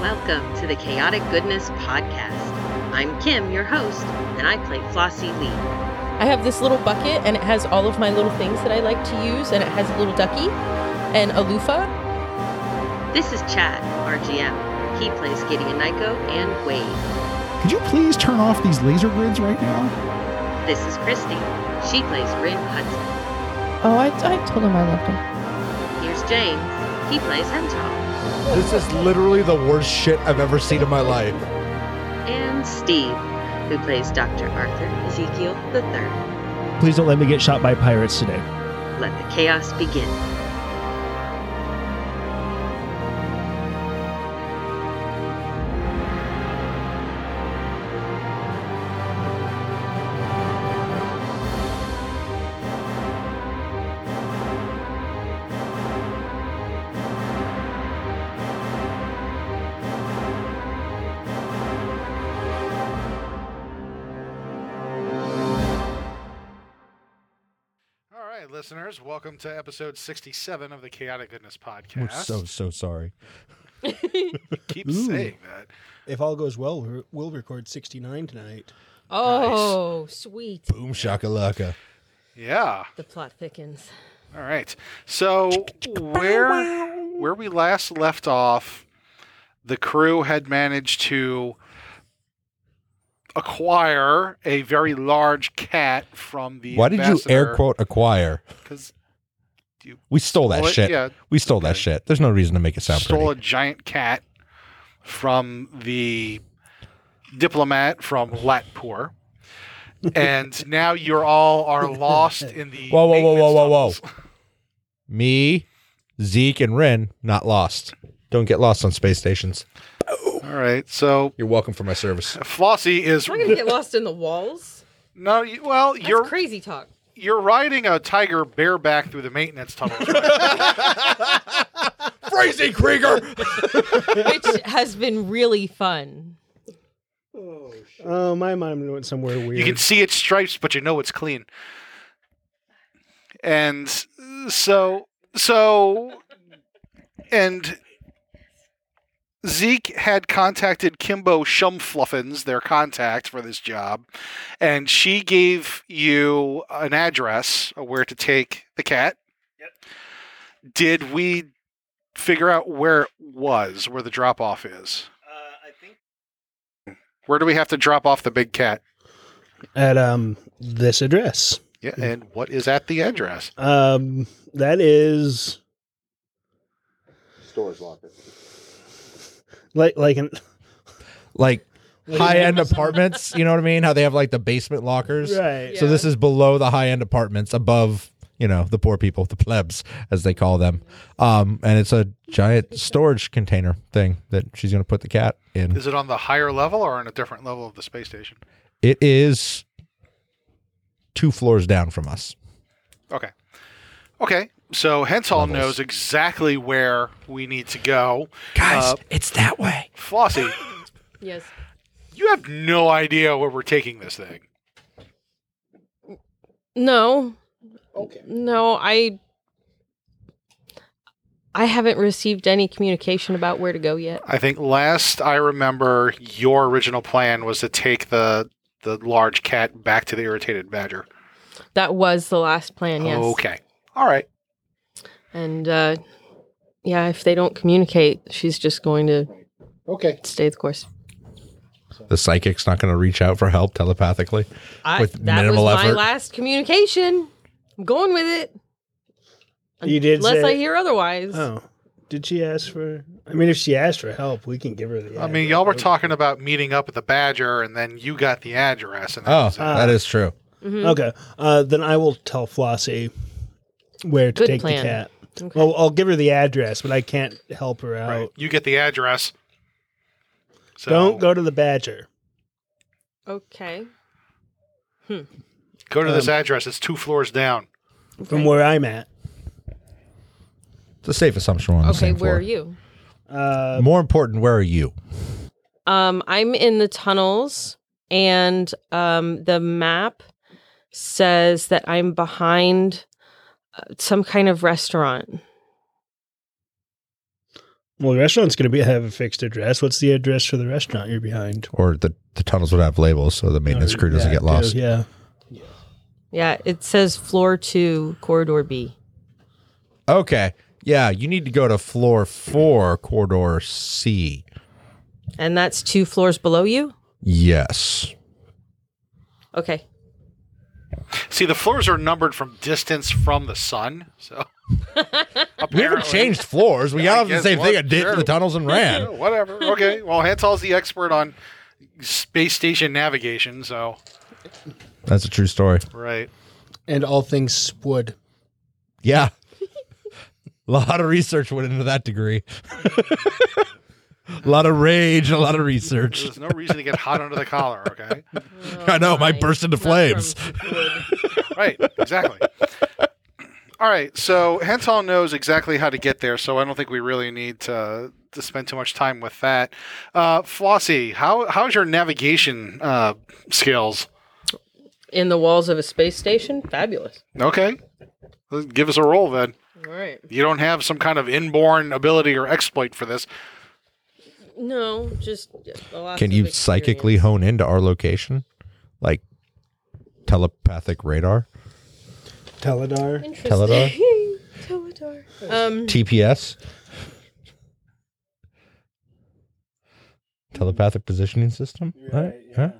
Welcome to the Chaotic Goodness Podcast. I'm Kim, your host, and I play Flossie Lee. I have this little bucket and it has all of my little things that I like to use and it has a little ducky and a loofah. This is Chad, our GM. He plays Gideon Nyko and Wade. Could you please turn off these laser grids right now? This is Christy. She plays Rin Hudson. Oh, I, I told him I loved him. Here's James. He plays Hemtall. This is literally the worst shit I've ever seen in my life. And Steve, who plays Dr. Arthur Ezekiel III. Please don't let me get shot by pirates today. Let the chaos begin. All right, listeners, welcome to episode 67 of the Chaotic Goodness Podcast. We're so so sorry. Keep Ooh. saying that. If all goes well, we're- we'll record 69 tonight. Oh, sweet. Boom shakalaka. Yeah. The plot thickens. All right. So where where we last left off, the crew had managed to acquire a very large cat from the Why did you air quote acquire? because We stole that shit. yeah We stole that shit. There's no reason to make it sound stole pretty. a giant cat from the diplomat from Latpur. and now you're all are lost in the Whoa, whoa, whoa, whoa, whoa, whoa. maintenance tunnels. Me, Zeke, and Ren not lost. Don't get lost on space stations. All right, so You're welcome for my service. Flossie is We're going to get lost in the walls. no. you- Well, That's you're crazy talk. you're riding a tiger bareback through the maintenance tunnels. Crazy Krieger. Which has been really fun. Oh, my mom went somewhere weird. you can see its stripes, but you know it's clean. And so so and Zeke had contacted Kimbo Shumfluffins, their contact for this job, and she gave you an address of where to take the cat. Yep. Did we figure out where it was, where the drop off is? Uh, I think Where do we have to drop off the big cat? At um this address. Yeah, and what is at the address? Um that is storage locker. like like an Like high end apartments. You know what I mean? How they have like the basement lockers. right. So this is below the high end apartments, above you know the poor people, the plebs as they call them, um, and it's a giant storage container thing that she's going to put the cat in. Is it on the higher level or on a different level of the space station? It is two floors down from us. Okay. Okay. So Henthal Levels. knows exactly where we need to go. Guys, Uh, it's that way. Flossie, Yes. you have no idea where we're taking this thing. No, Okay. no, I. I haven't received any communication about where to go yet. I think last I remember, your original plan was to take the the large cat back to the irritated badger. That was the last plan, yes. Okay. All right. And uh, yeah, if they don't communicate, she's just going to Okay. stay the course. The psychic's not going to reach out for help telepathically. I, With that minimal was my effort. last communication. I'm going with it. You did unless say- I hear otherwise. Oh. Did she ask for I mean if she asked for help, we can give her the I mean, y'all were talking about meeting up at the badger, and then you got the address. And that Oh, was it. that is true. Mhm. Okay. Uh then I will tell Flossie where to Good take plan. the cat. Okay. Well, I'll give her the address, but I can't help her out. right. You get the address. So Don't go to the badger. Okay. Go to this Um, address. It's two floors down. From Okay. where I'm at. It's a safe assumption. We're on the Okay, same where floor. are you? Uh More important, where are you? Um, I'm in the tunnels, and um, the map says that I'm behind some kind of restaurant. Well, the restaurant's going to be have a fixed address. What's the address for the restaurant you're behind? Or the, the tunnels would have labels so the maintenance Or- crew doesn't yeah, get lost. too, Yeah. Yeah, it says floor two, corridor B. Okay. Yeah, you need to go to floor four, corridor C. And that's two floors below you? Yes. Okay. See, the floors are numbered from distance from the sun. So We haven't changed floors. We got off the guess same what? thing and did Sure. the tunnels and Yeah, ran. whatever. Okay. Well, Hansel's the expert on space station navigation. So That's a true story. right. and all things wood. Yeah. a lot of research went into that degree. a lot of rage, a lot of research. There's no reason to get hot under the collar. Okay. I know, it might burst into flames. Right. Exactly. All right. So Hansel knows exactly how to get there. So I don't think we really need to to spend too much time with that. Uh, Flossie, how how's your navigation uh, skills? In the walls of a space station? Fabulous. Okay. Give us a roll then. All right. You don't have some kind of inborn ability or exploit for this. No, just a lot Can of you experience. psychically hone into our location? Like telepathic radar? Teledar. Teledar? Teledar. Oh, Um, TPS? Telepathic positioning system? Right, huh?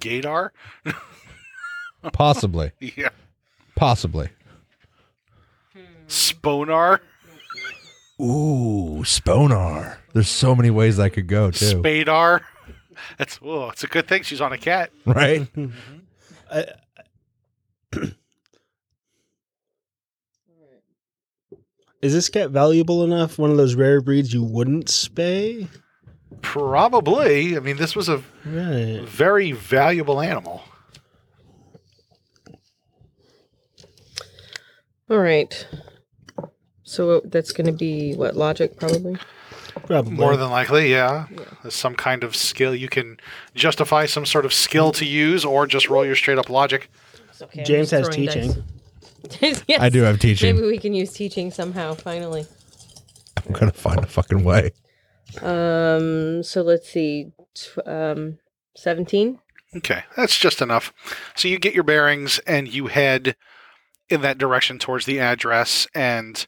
Gadar? Possibly. Yeah. Possibly. Sponar? Ooh, Sponar. There's so many ways that could go, too. Spadar? That's whoa, it's a good thing she's on a cat. right? Is this cat valuable enough? One of those rare breeds you wouldn't spay? Probably. I mean, this was a Right. very valuable animal. all right. So uh, that's going to be what logic, probably. Probably. More than likely, yeah. There's some kind of skill you can justify some sort of skill to use or just roll your straight up logic. It's okay, I'm James just has throwing teaching. dice. Yes. I do have teaching. Maybe we can use teaching somehow, finally. I'm going to find a fucking way. Um, so let's see. Tw- um, 17? Okay. That's just enough. So you get your bearings and you head in that direction towards the address and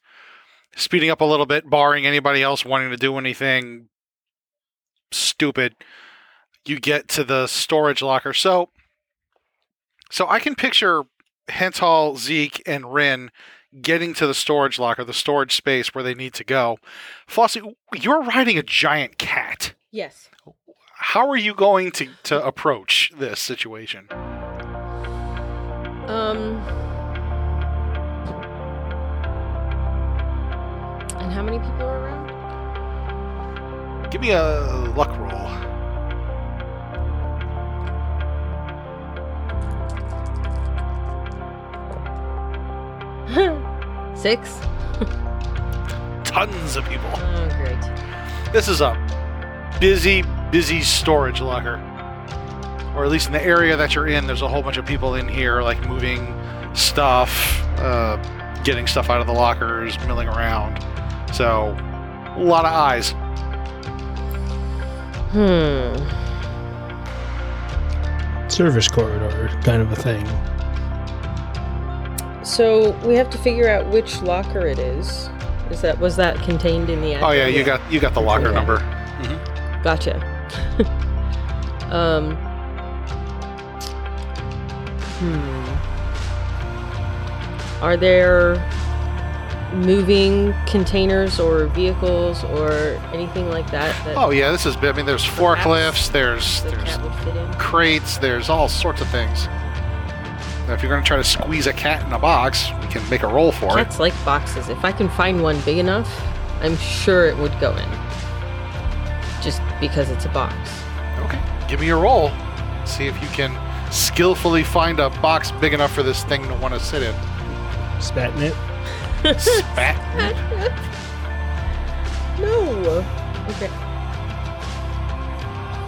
speeding up a little bit, barring anybody else wanting to do anything stupid, you get to the storage locker. So, so I can picture Henthal, Zeke, and Rin getting to the storage locker, the storage space where they need to go. Flossie, you're riding a giant cat. Yes. How are you going to, to approach this situation? Um, and how many people are around? Give me a luck roll. Six. Tons of people. Oh, great. This is a busy, busy storage locker. Or at least in the area that you're in, there's a whole bunch of people in here, like moving stuff, uh, getting stuff out of the lockers, milling around. So, a lot of eyes. Hmm. Service corridor kind of a thing. So we have to figure out which locker it is. Is that was that contained in the? Oh yeah, address? you got you got the locker Yeah. number. Gotcha. Um. Hmm. hmm. Are there moving containers or vehicles or anything like that that Oh yeah, this is. I mean, there's forklifts. There's the there's cat would fit in? crates. There's all sorts of things. Now, if you're gonna try to squeeze a cat in a box, we can make a roll for it. Cats like boxes. If I can find one big enough, I'm sure it would go in. Just because it's a box. Okay. Give me a roll. See if you can skillfully find a box big enough for this thing to want to sit in. Spat in it. Spat. No.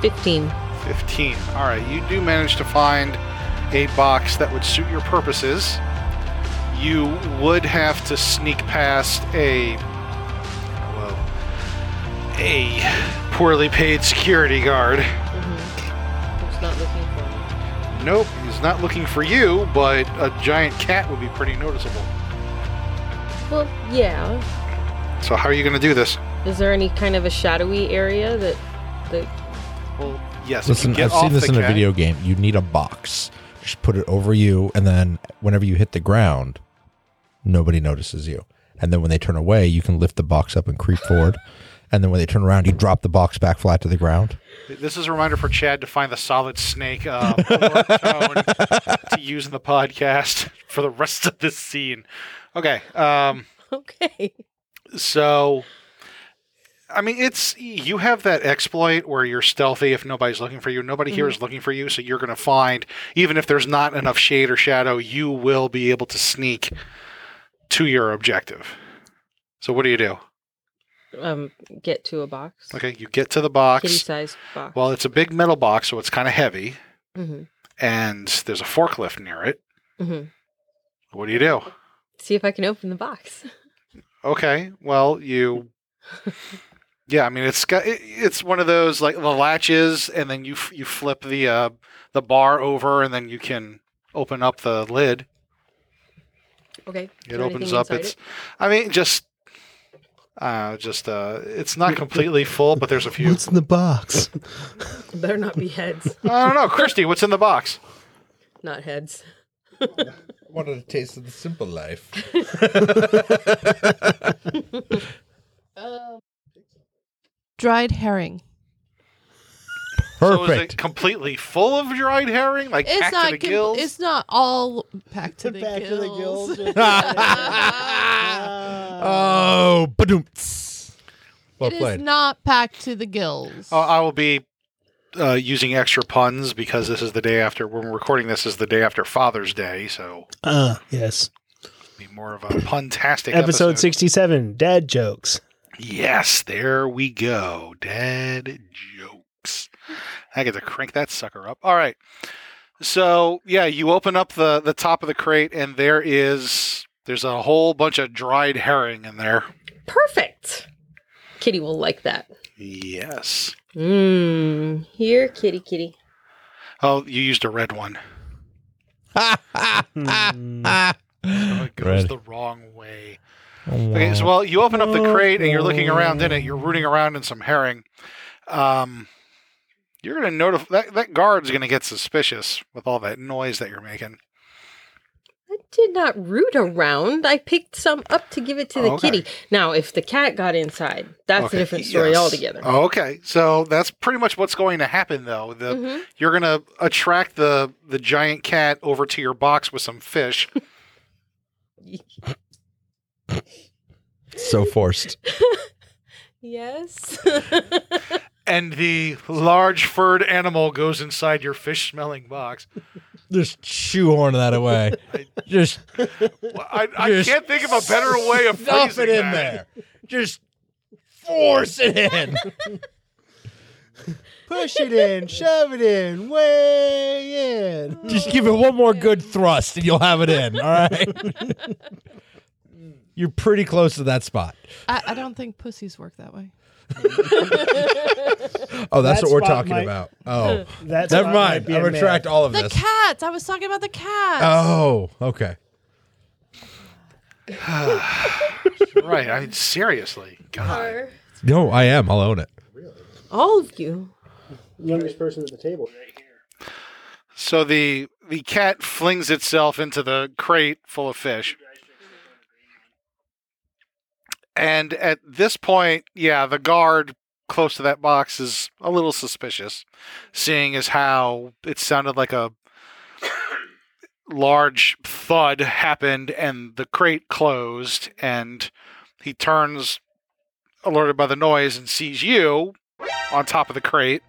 15. 15. All right. You do manage to find a box that would suit your purposes. you would have to sneak past a well, a poorly paid security guard. Who's not looking for me? Nope, he's not looking for you, but a giant cat would be pretty noticeable. Well, yeah. So how are you going to do this? Is there any kind of a shadowy area that that Well, yes. if you Listen, get I've seen off this the in a cat- video game. You need a box. Just put it over you, and then whenever you hit the ground, nobody notices you. And then when they turn away, you can lift the box up and creep forward. And then when they turn around, you drop the box back flat to the ground. This is a reminder for Chad to find the solid snake uh, pork cone to use in the podcast for the rest of this scene. Okay. Um, okay? so, I mean, it's you have that exploit where you're stealthy if nobody's looking for you. Nobody here is looking for you, so you're going to find even if there's not enough shade or shadow, you will be able to sneak to your objective. So, what do you do? Um, get to a box, Okay, you get to the box. kitty-sized box. Well, it's a big metal box, so it's kind of heavy, hmm and there's a forklift near it. hmm What do you do? See if I can open the box. Okay, well, you. Yeah, I mean it's got it, it's one of those like the latches, and then you f- you flip the uh, the bar over, and then you can open up the lid. Okay. Is It there opens anything up. inside It's, I mean, just uh, just uh, it's not completely full, but there's a few. What's in the box? it? better not be heads, I don't know, Christy, what's in the box? not heads. Wanted a taste of the simple life. Dried herring. So is it Perfect. completely full of dried herring, like It's packed not. to the com- gills? It's not all packed to the Back to the gills. Uh, gills. oh, badoomts. Well it is played. not packed to the gills. Uh, I will be uh, using extra puns because this is the day after when we're recording. This is the day after Father's Day, so Uh, yes. it'll be more of a puntastic Episode episode. 67 Dad Jokes. Yes, there we go. Dad jokes. I get to crank that sucker up. All right. So yeah, you open up the the top of the crate, and there is there's a whole bunch of dried herring in there. Perfect. Kitty will like that. Yes. Mmm. Here, kitty, kitty. Oh, you used a red one. Hmm. Oh, it goes Red. the wrong way. Okay, so well, you open up the crate and you're looking around in it. You're rooting around in some herring. Um, you're gonna notif that that guard's gonna get suspicious with all that noise that you're making. I did not root around. I picked some up to give it to the Okay. kitty. Now, if the cat got inside, that's Okay, a different story yes. Uh, altogether. Okay, so that's pretty much what's going to happen, though. The Mm-hmm. you're gonna attract the the giant cat over to your box with some fish. so forced. Yes. and the large furred animal goes inside your fish smelling box. Just shoehorn that away. Just Well, I, I Just can't think of a better way of dump phrasing it in that. there. Just force it in. Push it in, shove it in, way in. Just give it one more good thrust and you'll have it in. All right. You're pretty close to that spot. I, I don't think pussies work that way. Oh, that's That what we're spot talking might- about. Oh, That's never mind. I retract all of The this. cats. I was talking about the cats. Oh, okay. Right. I mean, seriously. God. No, I am. I'll own it. All of you. Youngest person at the table. So the the cat flings itself into the crate full of fish. And at this point, yeah, the guard close to that box is a little suspicious, seeing as how it sounded like a large thud happened and the crate closed and he turns alerted by the noise and sees you on top of the crate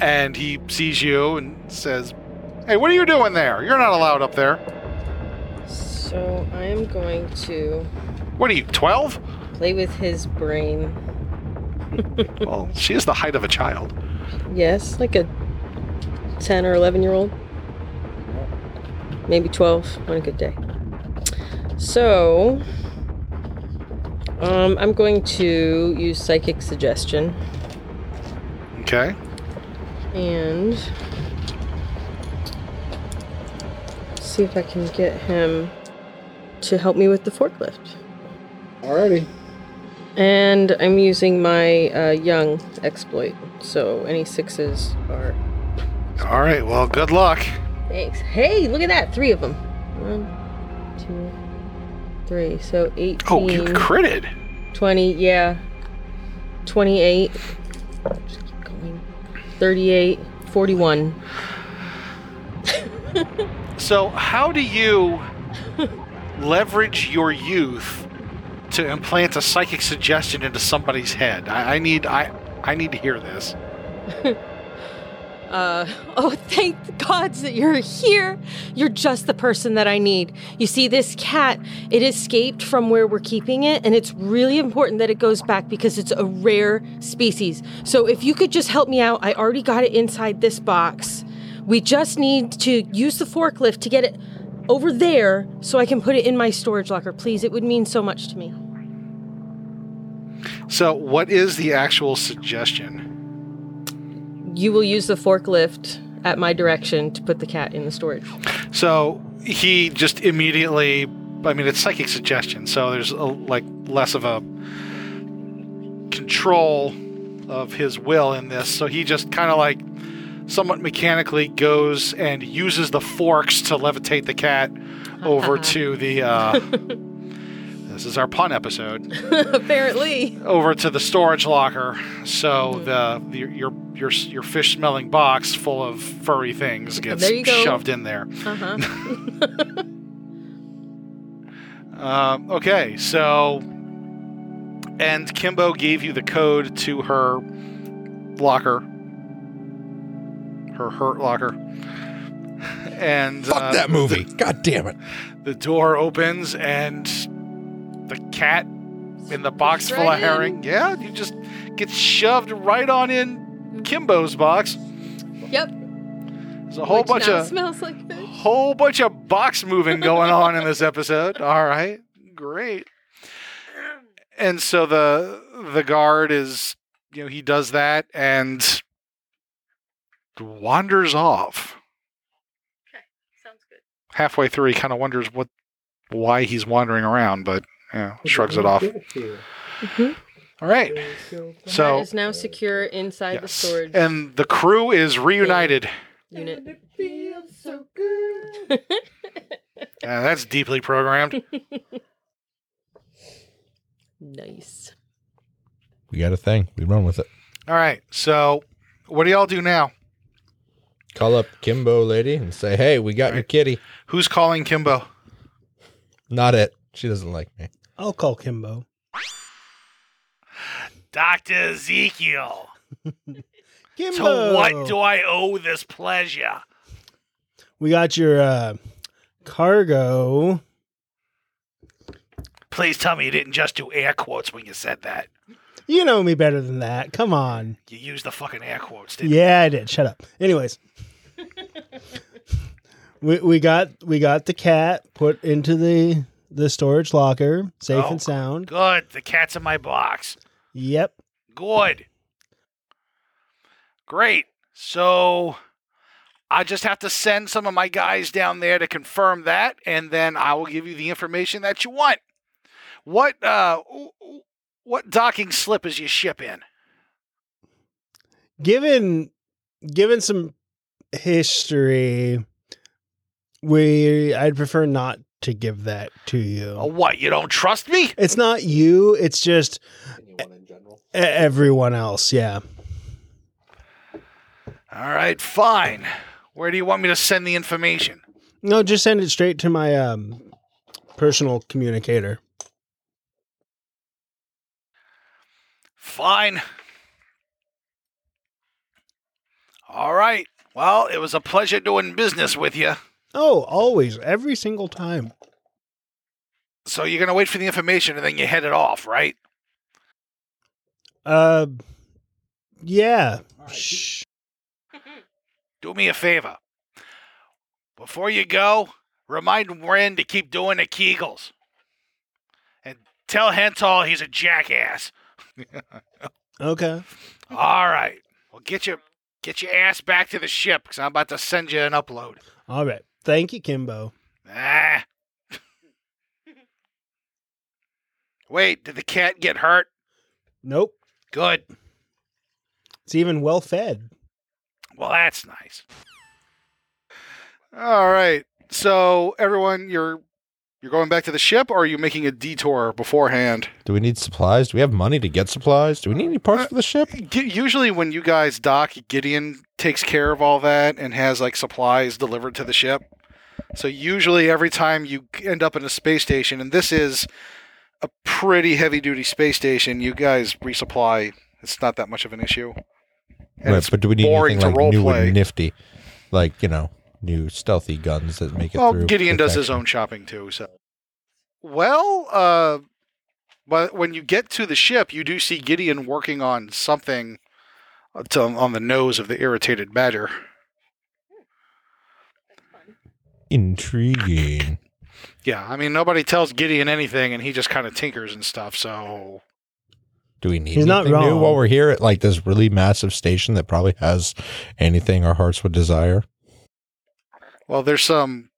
and he sees you and says, "Hey, what are you doing there? You're not allowed up there. So I'm going to What are you, 12?" play with his brain. well, she is the height of a child. Yes, like a 10 or 11 year old. maybe 12 on a good day. So, um, I'm going to use psychic suggestion Okay. and see if I can get him to help me with the forklift. Alrighty. And I'm using my uh, young exploit, so any sixes are All right. Well, good luck. Thanks. Hey, look at that. Three of them. One, two, three. So 18, Oh, you critted. 20, yeah. 28. Just keep going. 38, 41. So, how do you leverage your youth to implant a psychic suggestion into somebody's head? I, I need I I need to hear this. Uh, oh, thank the gods that you're here. You're just the person that I need. You see, this cat, it escaped from where we're keeping it, and it's really important that it goes back because it's a rare species. So if you could just help me out, I already got it inside this box. We just need to use the forklift to get it over there so I can put it in my storage locker. Please, it would mean so much to me. So, what is the actual suggestion? You will use the forklift at my direction to put the cat in the storage. So, he just immediately I mean, it's psychic suggestion, so there's a, like less of a control of his will in this. So, he just kind of like somewhat mechanically goes and uses the forks to levitate the cat over to the uh This is our pun episode Apparently. over to the storage locker. So Hmm. the, the your your your fish smelling box full of furry things gets There you go. shoved in there. Uh-huh. Um, okay, so and Kimbo gave you the code to her locker, her hurt locker, and Fuck uh, that movie. God damn it. The door opens and the cat in the box full of Right in. herring. Yeah, you just get shoved right on in Kimbo's box. Yep. There's a whole Which bunch now of smells like fish. whole bunch of box moving going on in this episode. All right, great. And so the the guard is, you know, he does that and wanders off Sounds good. halfway through. He kind of wonders what, why he's wandering around, but yeah, shrugs it off. All right, So so is now secure inside the yes, storage and the crew is reunited. unit. Yeah, Uh, that's deeply programmed. Nice. We got a thing. We run with it. All right, so what do y'all do now? Call up Kimbo lady and say, hey, we got your kitty. Who's calling Kimbo? Not it. She doesn't like me. I'll call Kimbo. Doctor Ezekiel. Kimbo, I owe this pleasure? we got your uh, cargo. Please tell me you didn't just do air quotes when you said that. You know me better than that. Come on. You used the fucking air quotes, Yeah, I did. Shut up. Anyways, we we got we got the cat put into the the storage locker, safe Oh, and sound. Good. The cat's in my box. Yep. Good. Great. So I just have to send some of my guys down there to confirm that, and then I will give you the information that you want. What uh what docking slip is your ship in? given given some history we i'd prefer not to give that to you Oh, what? You don't trust me? it's not you it's just e- everyone else yeah All right, fine. Where do you want me to send the information? no just send it straight to my um personal communicator Fine. All right. Well, it was a pleasure doing business with you. oh always every single time So you're going to wait for the information and then you headed off, right? uh yeah Shh. Do me a favor. Before you go, Remind Wren to keep doing the Kegels. And tell Henthal he's a jackass. Okay. All right. Well, get your get your ass back to the ship because I'm about to send you an upload. All right. Thank you, Kimbo. Ah. Wait, did the cat get hurt? Nope. Good. It's even well fed. Well, that's nice. All right. So everyone, you're you're going back to the ship, or are you making a detour beforehand? Do we need supplies? Do we have money to get supplies? Do we need any parts for the ship? Gi- Usually, when you guys dock, Gideon takes care of all that and has like supplies delivered to the ship. So usually, every time you end up in a space station, and this is a pretty heavy-duty space station, you guys resupply. It's not that much of an issue. And Right, it's but do we need boring anything to like role new play. and nifty? Like, you know, new stealthy guns that make it well, through. Gideon does his protection? own shopping too. So, well, uh, but when you get to the ship, you do see Gideon working on something to, on the nose of the irritated badger. Intriguing. Yeah, I mean nobody tells Gideon anything, and he just kind of tinkers and stuff. So, Do we need He's not anything new wrong. while we're here at like this really massive station that probably has anything our hearts would desire? well, there's some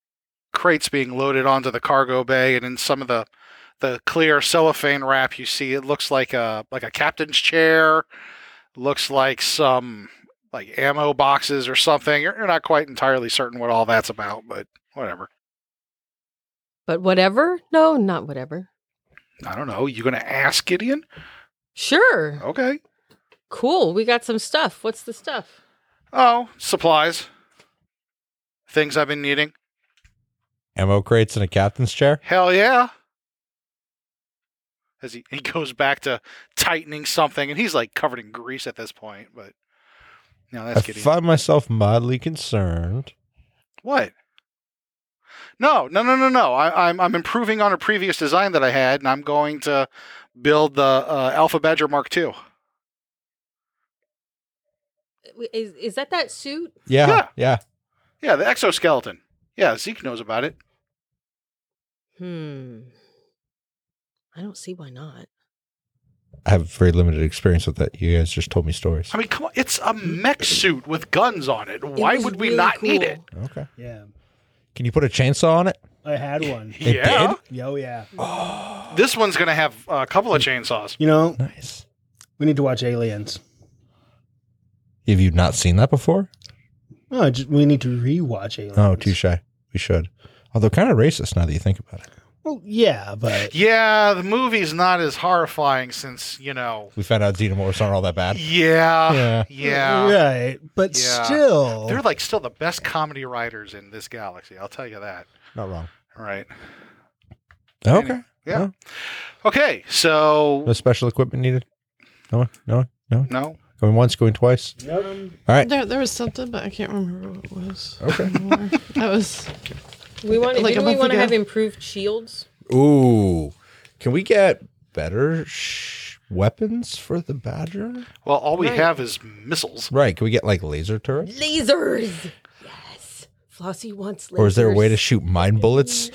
crates being loaded onto the cargo bay, and in some of the the clear cellophane wrap, you see it looks like a like a captain's chair, looks like some like ammo boxes or something. You're, you're not quite entirely certain what all that's about, but whatever. But whatever? No, not whatever. I don't know. You gonna ask Gideon? Sure. Okay. Cool. We got some stuff. What's the stuff? Oh, supplies, things I've been needing. Ammo crates and a captain's chair? Hell yeah. As he, he goes back to tightening something, and he's like covered in grease at this point, but no, that's I Gideon. find myself mildly concerned. what? No, no, no, no, no. I, I'm I'm improving on a previous design that I had, and I'm going to build the uh, Alpha Badger Mark II. Is, is that that suit? Yeah. Yeah. Yeah. Yeah, the exoskeleton. Yeah, Zeke knows about it. Hmm. I don't see why not. I have very limited experience with that. You guys just told me stories. I mean, come on, it's a mech suit with guns on it. Why was would we really not need it? cool. Okay. Yeah. Can you put a chainsaw on it? I had one. It yeah, did? Yo, yeah. this one's gonna have a couple of chainsaws. You know, Nice. we need to watch Aliens. Have you not seen that before? No, Oh, ju- we need to rewatch Aliens. Oh, too shy. We should. Although kind of racist now that you think about it. Well, yeah, but Yeah, the movie's not as horrifying since, you know. We found out xenomorphs aren't all that bad. Yeah. Yeah. Yeah. right. But Yeah. still, They're like still the best comedy writers in this galaxy. I'll tell you that. Not wrong. All right. Okay. Yeah. Well. Okay. So, No special equipment needed? No one? No one? No one? no. Going once, going twice? Right. There, there was something, but I can't remember what it was. Okay. anymore. that was We want. Like Like a we month want to ago. have improved shields? Ooh. Can we get better sh- weapons for the badger? Well, all we Right. have is missiles. Right. Can we get like laser turrets? Lasers. Yes. Flossie wants lasers. Or is there a way to shoot mine bullets?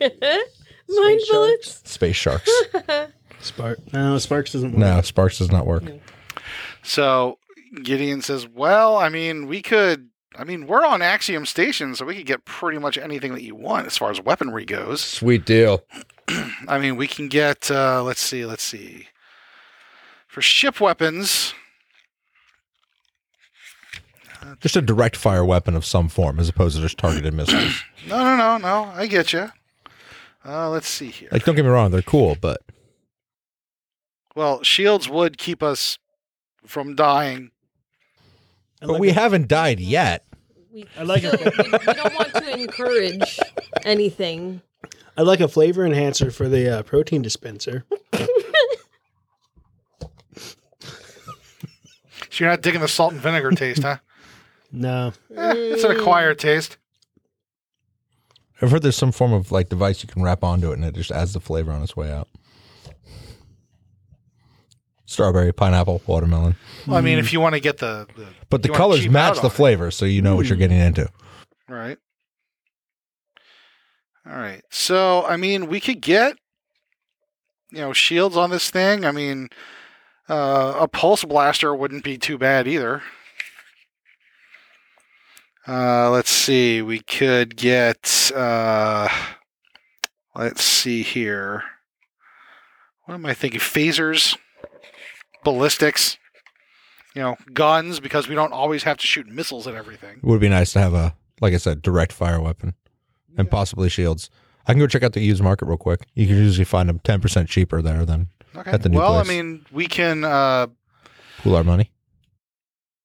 mind bullets? Space sharks. Spark. No, Sparks doesn't. Work. no, sparks does not work. So, Gideon says, well, I mean, we could. I mean, we're on Axiom Station, so we could get pretty much anything that you want as far as weaponry goes. Sweet deal. I mean, we can get. Uh, let's see. Let's see. For ship weapons, Just a direct fire weapon of some form as opposed to just targeted missiles. no, no, no, no. I get you. Uh, let's see here. Like, don't get me wrong, they're cool, but Well, shields would keep us from dying. I but like we it. haven't died yet. We, I like we, it. we don't want to encourage anything. I like a flavor enhancer for the uh, protein dispenser. So you're not digging the salt and vinegar taste, huh? No, Eh, it's an acquired taste. I've heard there's some form of like device you can wrap onto it and it just adds the flavor on its way out. Strawberry, pineapple, watermelon. Well, I mean, if you want to get the, the But the you wanna colors cheap match out the Hmm. on it, flavor, so you know what you're getting into. right? All right. So, I mean, we could get, you know, shields on this thing. I mean, uh, a pulse blaster wouldn't be too bad either. Uh, let's see. We could get, uh, let's see here. What am I thinking? Phasers, ballistics, you know, guns, because we don't always have to shoot missiles at everything. It would be nice to have a, like I said, direct fire weapon and possibly shields. I can go check out the used market real quick. You can usually find them 10% cheaper there than Okay. At the new well, place. I mean, we can, uh, pool our money.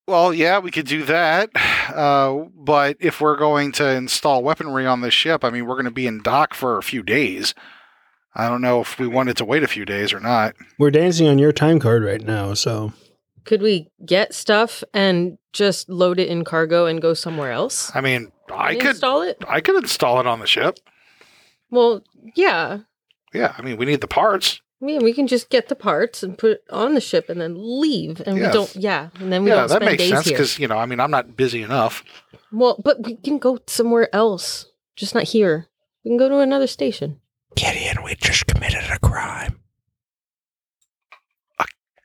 Well, yeah, we could do that. Uh, but if we're going to install weaponry on this ship, I mean, we're going to be in dock for a few days. I don't know if we wanted to wait a few days or not. We're dancing on your time card right now, so Could we get stuff and just load it in cargo and go somewhere else? I mean, I And could install it. I could install it on the ship. Well, yeah. Yeah, I mean, we need the parts. I mean, we can just get the parts and put it on the ship and then leave, and Yeah. we don't. Yeah, and then we yeah, don't that spend makes days sense here. because you know, I mean, I'm not busy enough. Well, but we can go somewhere else, just not here. We can go to another station. Gideon, we just committed a crime.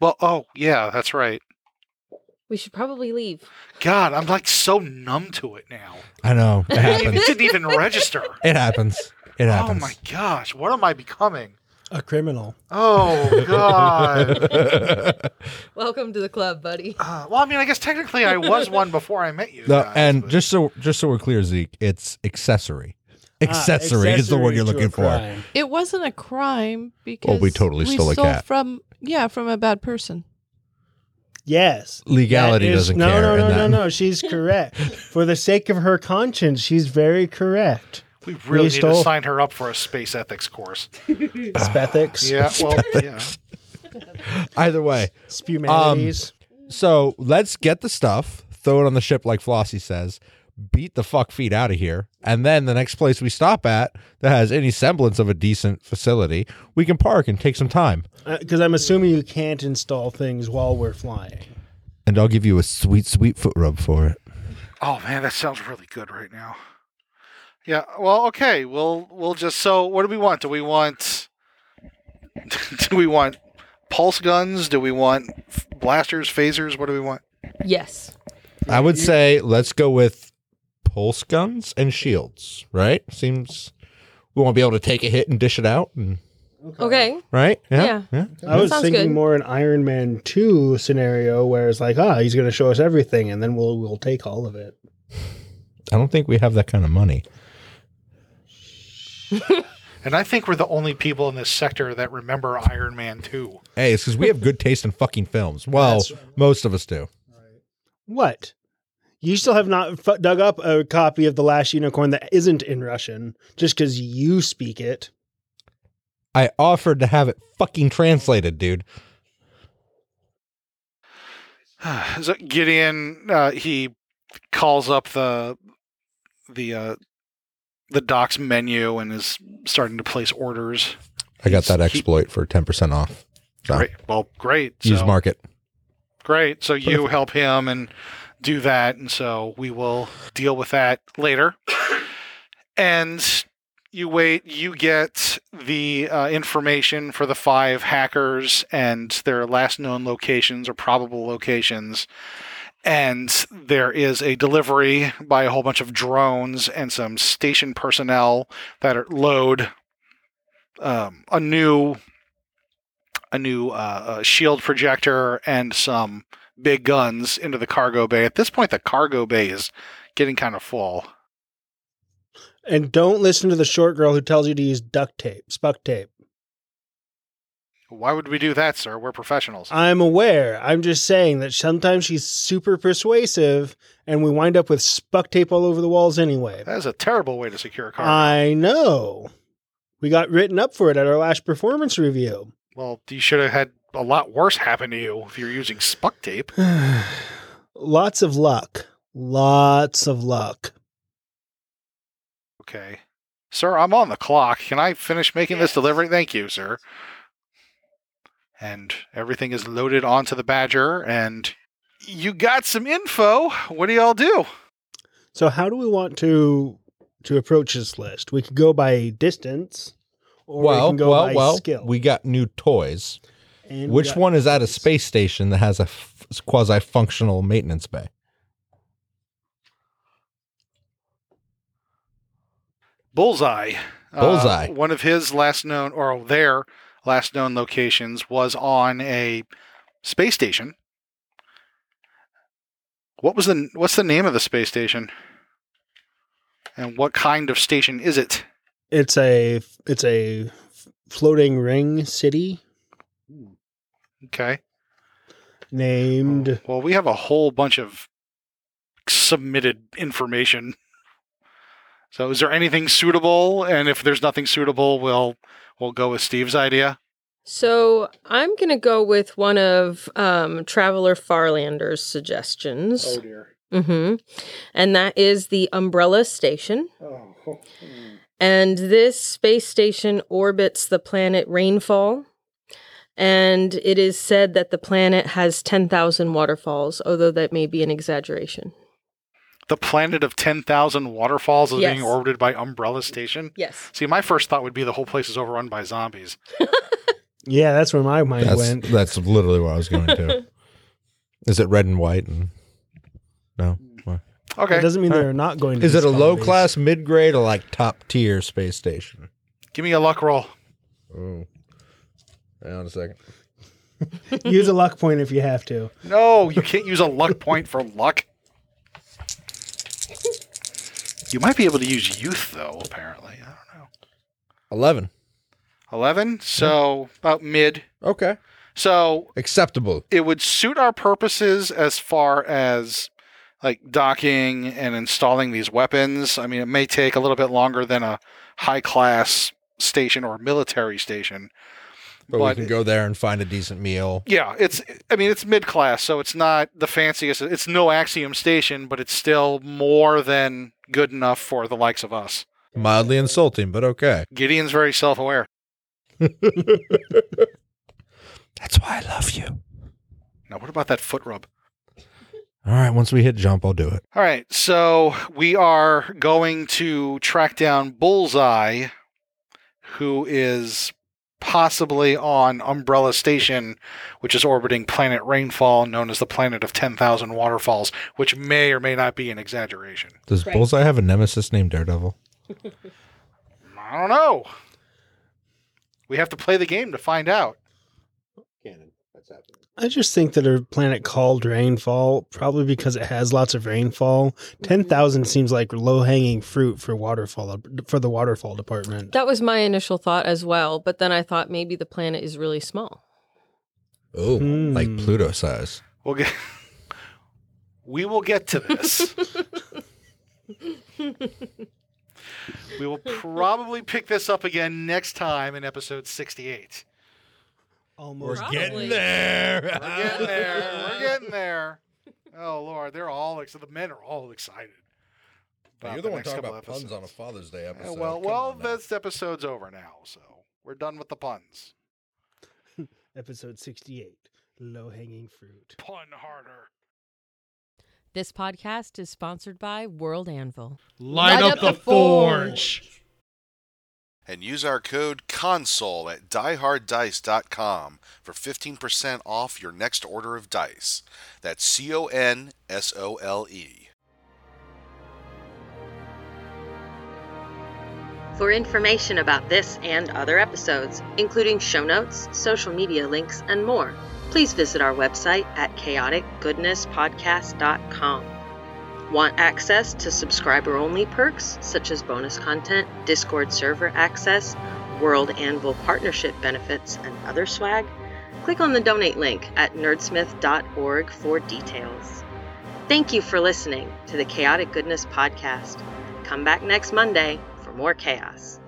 Well, oh yeah, that's right. We should probably leave. God, I'm like so numb to it now. I know. It happens. It didn't even register. it happens. It Oh happens. my gosh, what am I becoming? a criminal. Oh God. Welcome to the club, buddy. Uh, well, I mean, I guess technically I was one before I met you. No, guys, and but- just so just so we're clear, Zeke, it's accessory. Accessory is the word you're looking Ah, for. It wasn't a crime because we totally stole a cat. from yeah from a bad person. Yes. Legality That is- doesn't no, care. No, and no, no, that- no, She's correct. for the sake of her conscience, she's very correct. we really need to stole- sign her up for a space ethics course. Ah. It's ethics, Yeah, well, yeah. Either way, it's humanities. so let's get the stuff, throw it on the ship like Flossie says, beat the fuck feet out of here, and then the next place we stop at that has any semblance of a decent facility, we can park and take some time. Because Uh, I'm assuming you can't install things while we're flying. And I'll give you a sweet, sweet foot rub for it. Oh man, that sounds really good right now. Yeah. Well, okay. We'll we'll just. So, what do we want? Do we want? do we want pulse guns? Do we want f- blasters, phasers? What do we want? Yes. I would say let's go with pulse guns and shields, right? Seems we won't be able to take a hit and dish it out, and, Okay. right? Yeah. I was sounds thinking good. more an Iron Man 2 scenario where it's like, ah, he's going to show us everything and then we'll we'll take all of it. I don't think we have that kind of money. And I think we're the only people in this sector that remember Iron Man Two. Hey, it's because we have good taste in fucking films. Well, most of us do. What? You still have not f- dug up a copy of The Last Unicorn that isn't in Russian just because you speak it. I offered to have it fucking translated, dude. So Gideon, uh, he calls up the the uh, the doc's menu and is starting to place orders. I got that He's- he- exploit for 10% off. So, Great. Well, great. Use So- market. Great. So you help him and do that, and so we will deal with that later. and you wait. You get the uh, information for the five hackers and their last known locations or probable locations. And there is a delivery by a whole bunch of drones and some station personnel that are, load um, a new a new uh, uh, shield projector and some big guns into the cargo bay. At this point, the cargo bay is getting kind of full. And don't listen to the short girl who tells you to use duct tape, spuck tape. Why would we do that, sir? We're professionals. I'm aware. I'm just saying that sometimes she's super persuasive and we wind up with spuck tape all over the walls anyway. That is a terrible way to secure a cargo. I know. We got written up for it at our last performance review. well, you should have had a lot worse happen to you if you're using spuck tape. Lots of luck. Lots of luck. Okay. Sir, I'm on the clock. Can I finish making this delivery? Thank you, sir. And everything is loaded onto the Badger, and you got some info. What do y'all do? So how do we want to to approach this list. We could go by distance, or we well, can go well, by well. skill. We got new toys. And we Which got- one is at a space station that has a f- quasi-functional maintenance bay? Bullseye. Uh, Bullseye. one of his last known, or their last known locations was on a space station. What was the what's the name of the space station? And what kind of station is it? It's a it's a floating ring city Okay. Oh. named Well, we have a whole bunch of submitted information. So, is there anything suitable? And if there's nothing suitable, we'll we'll go with Steve's idea. So I'm going to go with one of um, Traveler Farlander's suggestions. Oh, dear. hmm And that is the Umbrella Station. Oh. And this space station orbits the planet Rainfall. And it is said that the planet has 10,000 waterfalls, although that may be an exaggeration. The planet of ten thousand waterfalls is being Yes. orbited by Umbrella Station. Yes. See, my first thought would be the whole place is overrun by zombies. yeah. That's where my mind That's went. that's literally what I was going to. is it red and white? And no. What? It Okay, doesn't mean All right. they're not going. to Is Mm, these it a low colonies. class, mid grade, or like top tier space station? give me a luck roll. Oh. Hang on a second. Use a luck point if you have to. No, you can't use a luck point for luck. You might be able to use youth though. Apparently, I don't know. Eleven. Eleven, so about mid. Okay. So Acceptable. it would suit our purposes as far as like docking and installing these weapons. I mean, it may take a little bit longer than a high class station or military station. But, we can go there and find a decent meal. Yeah, it's I mean, it's mid class, so it's not the fanciest. It's no Axiom station, but it's still more than good enough for the likes of us. Mildly insulting, but okay. Gideon's very self aware. That's why I love you. Now, what about that foot rub? All right, once we hit jump, I'll do it. All right, so we are going to track down Bullseye, who is possibly on Umbrella Station, which is orbiting planet Rainfall, known as the planet of 10,000 waterfalls, which may or may not be an exaggeration. Does Right. Bullseye have a nemesis named Daredevil? I don't know. We have to play the game to find out. I just think that a planet called Rainfall, probably because it has lots of rainfall, Mm-hmm. ten thousand seems like low hanging fruit for waterfall for the waterfall department. That was my initial thought as well, but then I thought maybe the planet is really small. Oh, like Hmm. Pluto size. We'll get We will get to this. we will probably pick this up again next time in episode 68. Almost. We're getting Probably. there. We're getting there. We're getting there. Oh Lord, they're all excited. The men are all excited. You're the one next talking couple about puns on a episodes. Father's Day Yeah, episode. well, Come well, on now. this episode's over now, so we're done with the puns. Episode sixty-eight. Low hanging fruit. Pun harder. This podcast is sponsored by World Anvil. Light up the forge. and use our code CONSOLE at dieharddice.com for 15% off your next order of dice. That's C O N S O L E. For information about this and other episodes, including show notes, social media links, and more, please visit our website at chaoticgoodnesspodcast.com. Want access to subscriber only perks such as bonus content, Discord server access, World Anvil partnership benefits, and other swag? Click on the donate link at nerdsmith.org for details. Thank you for listening to the Chaotic Goodness Podcast. Come back next Monday for more chaos.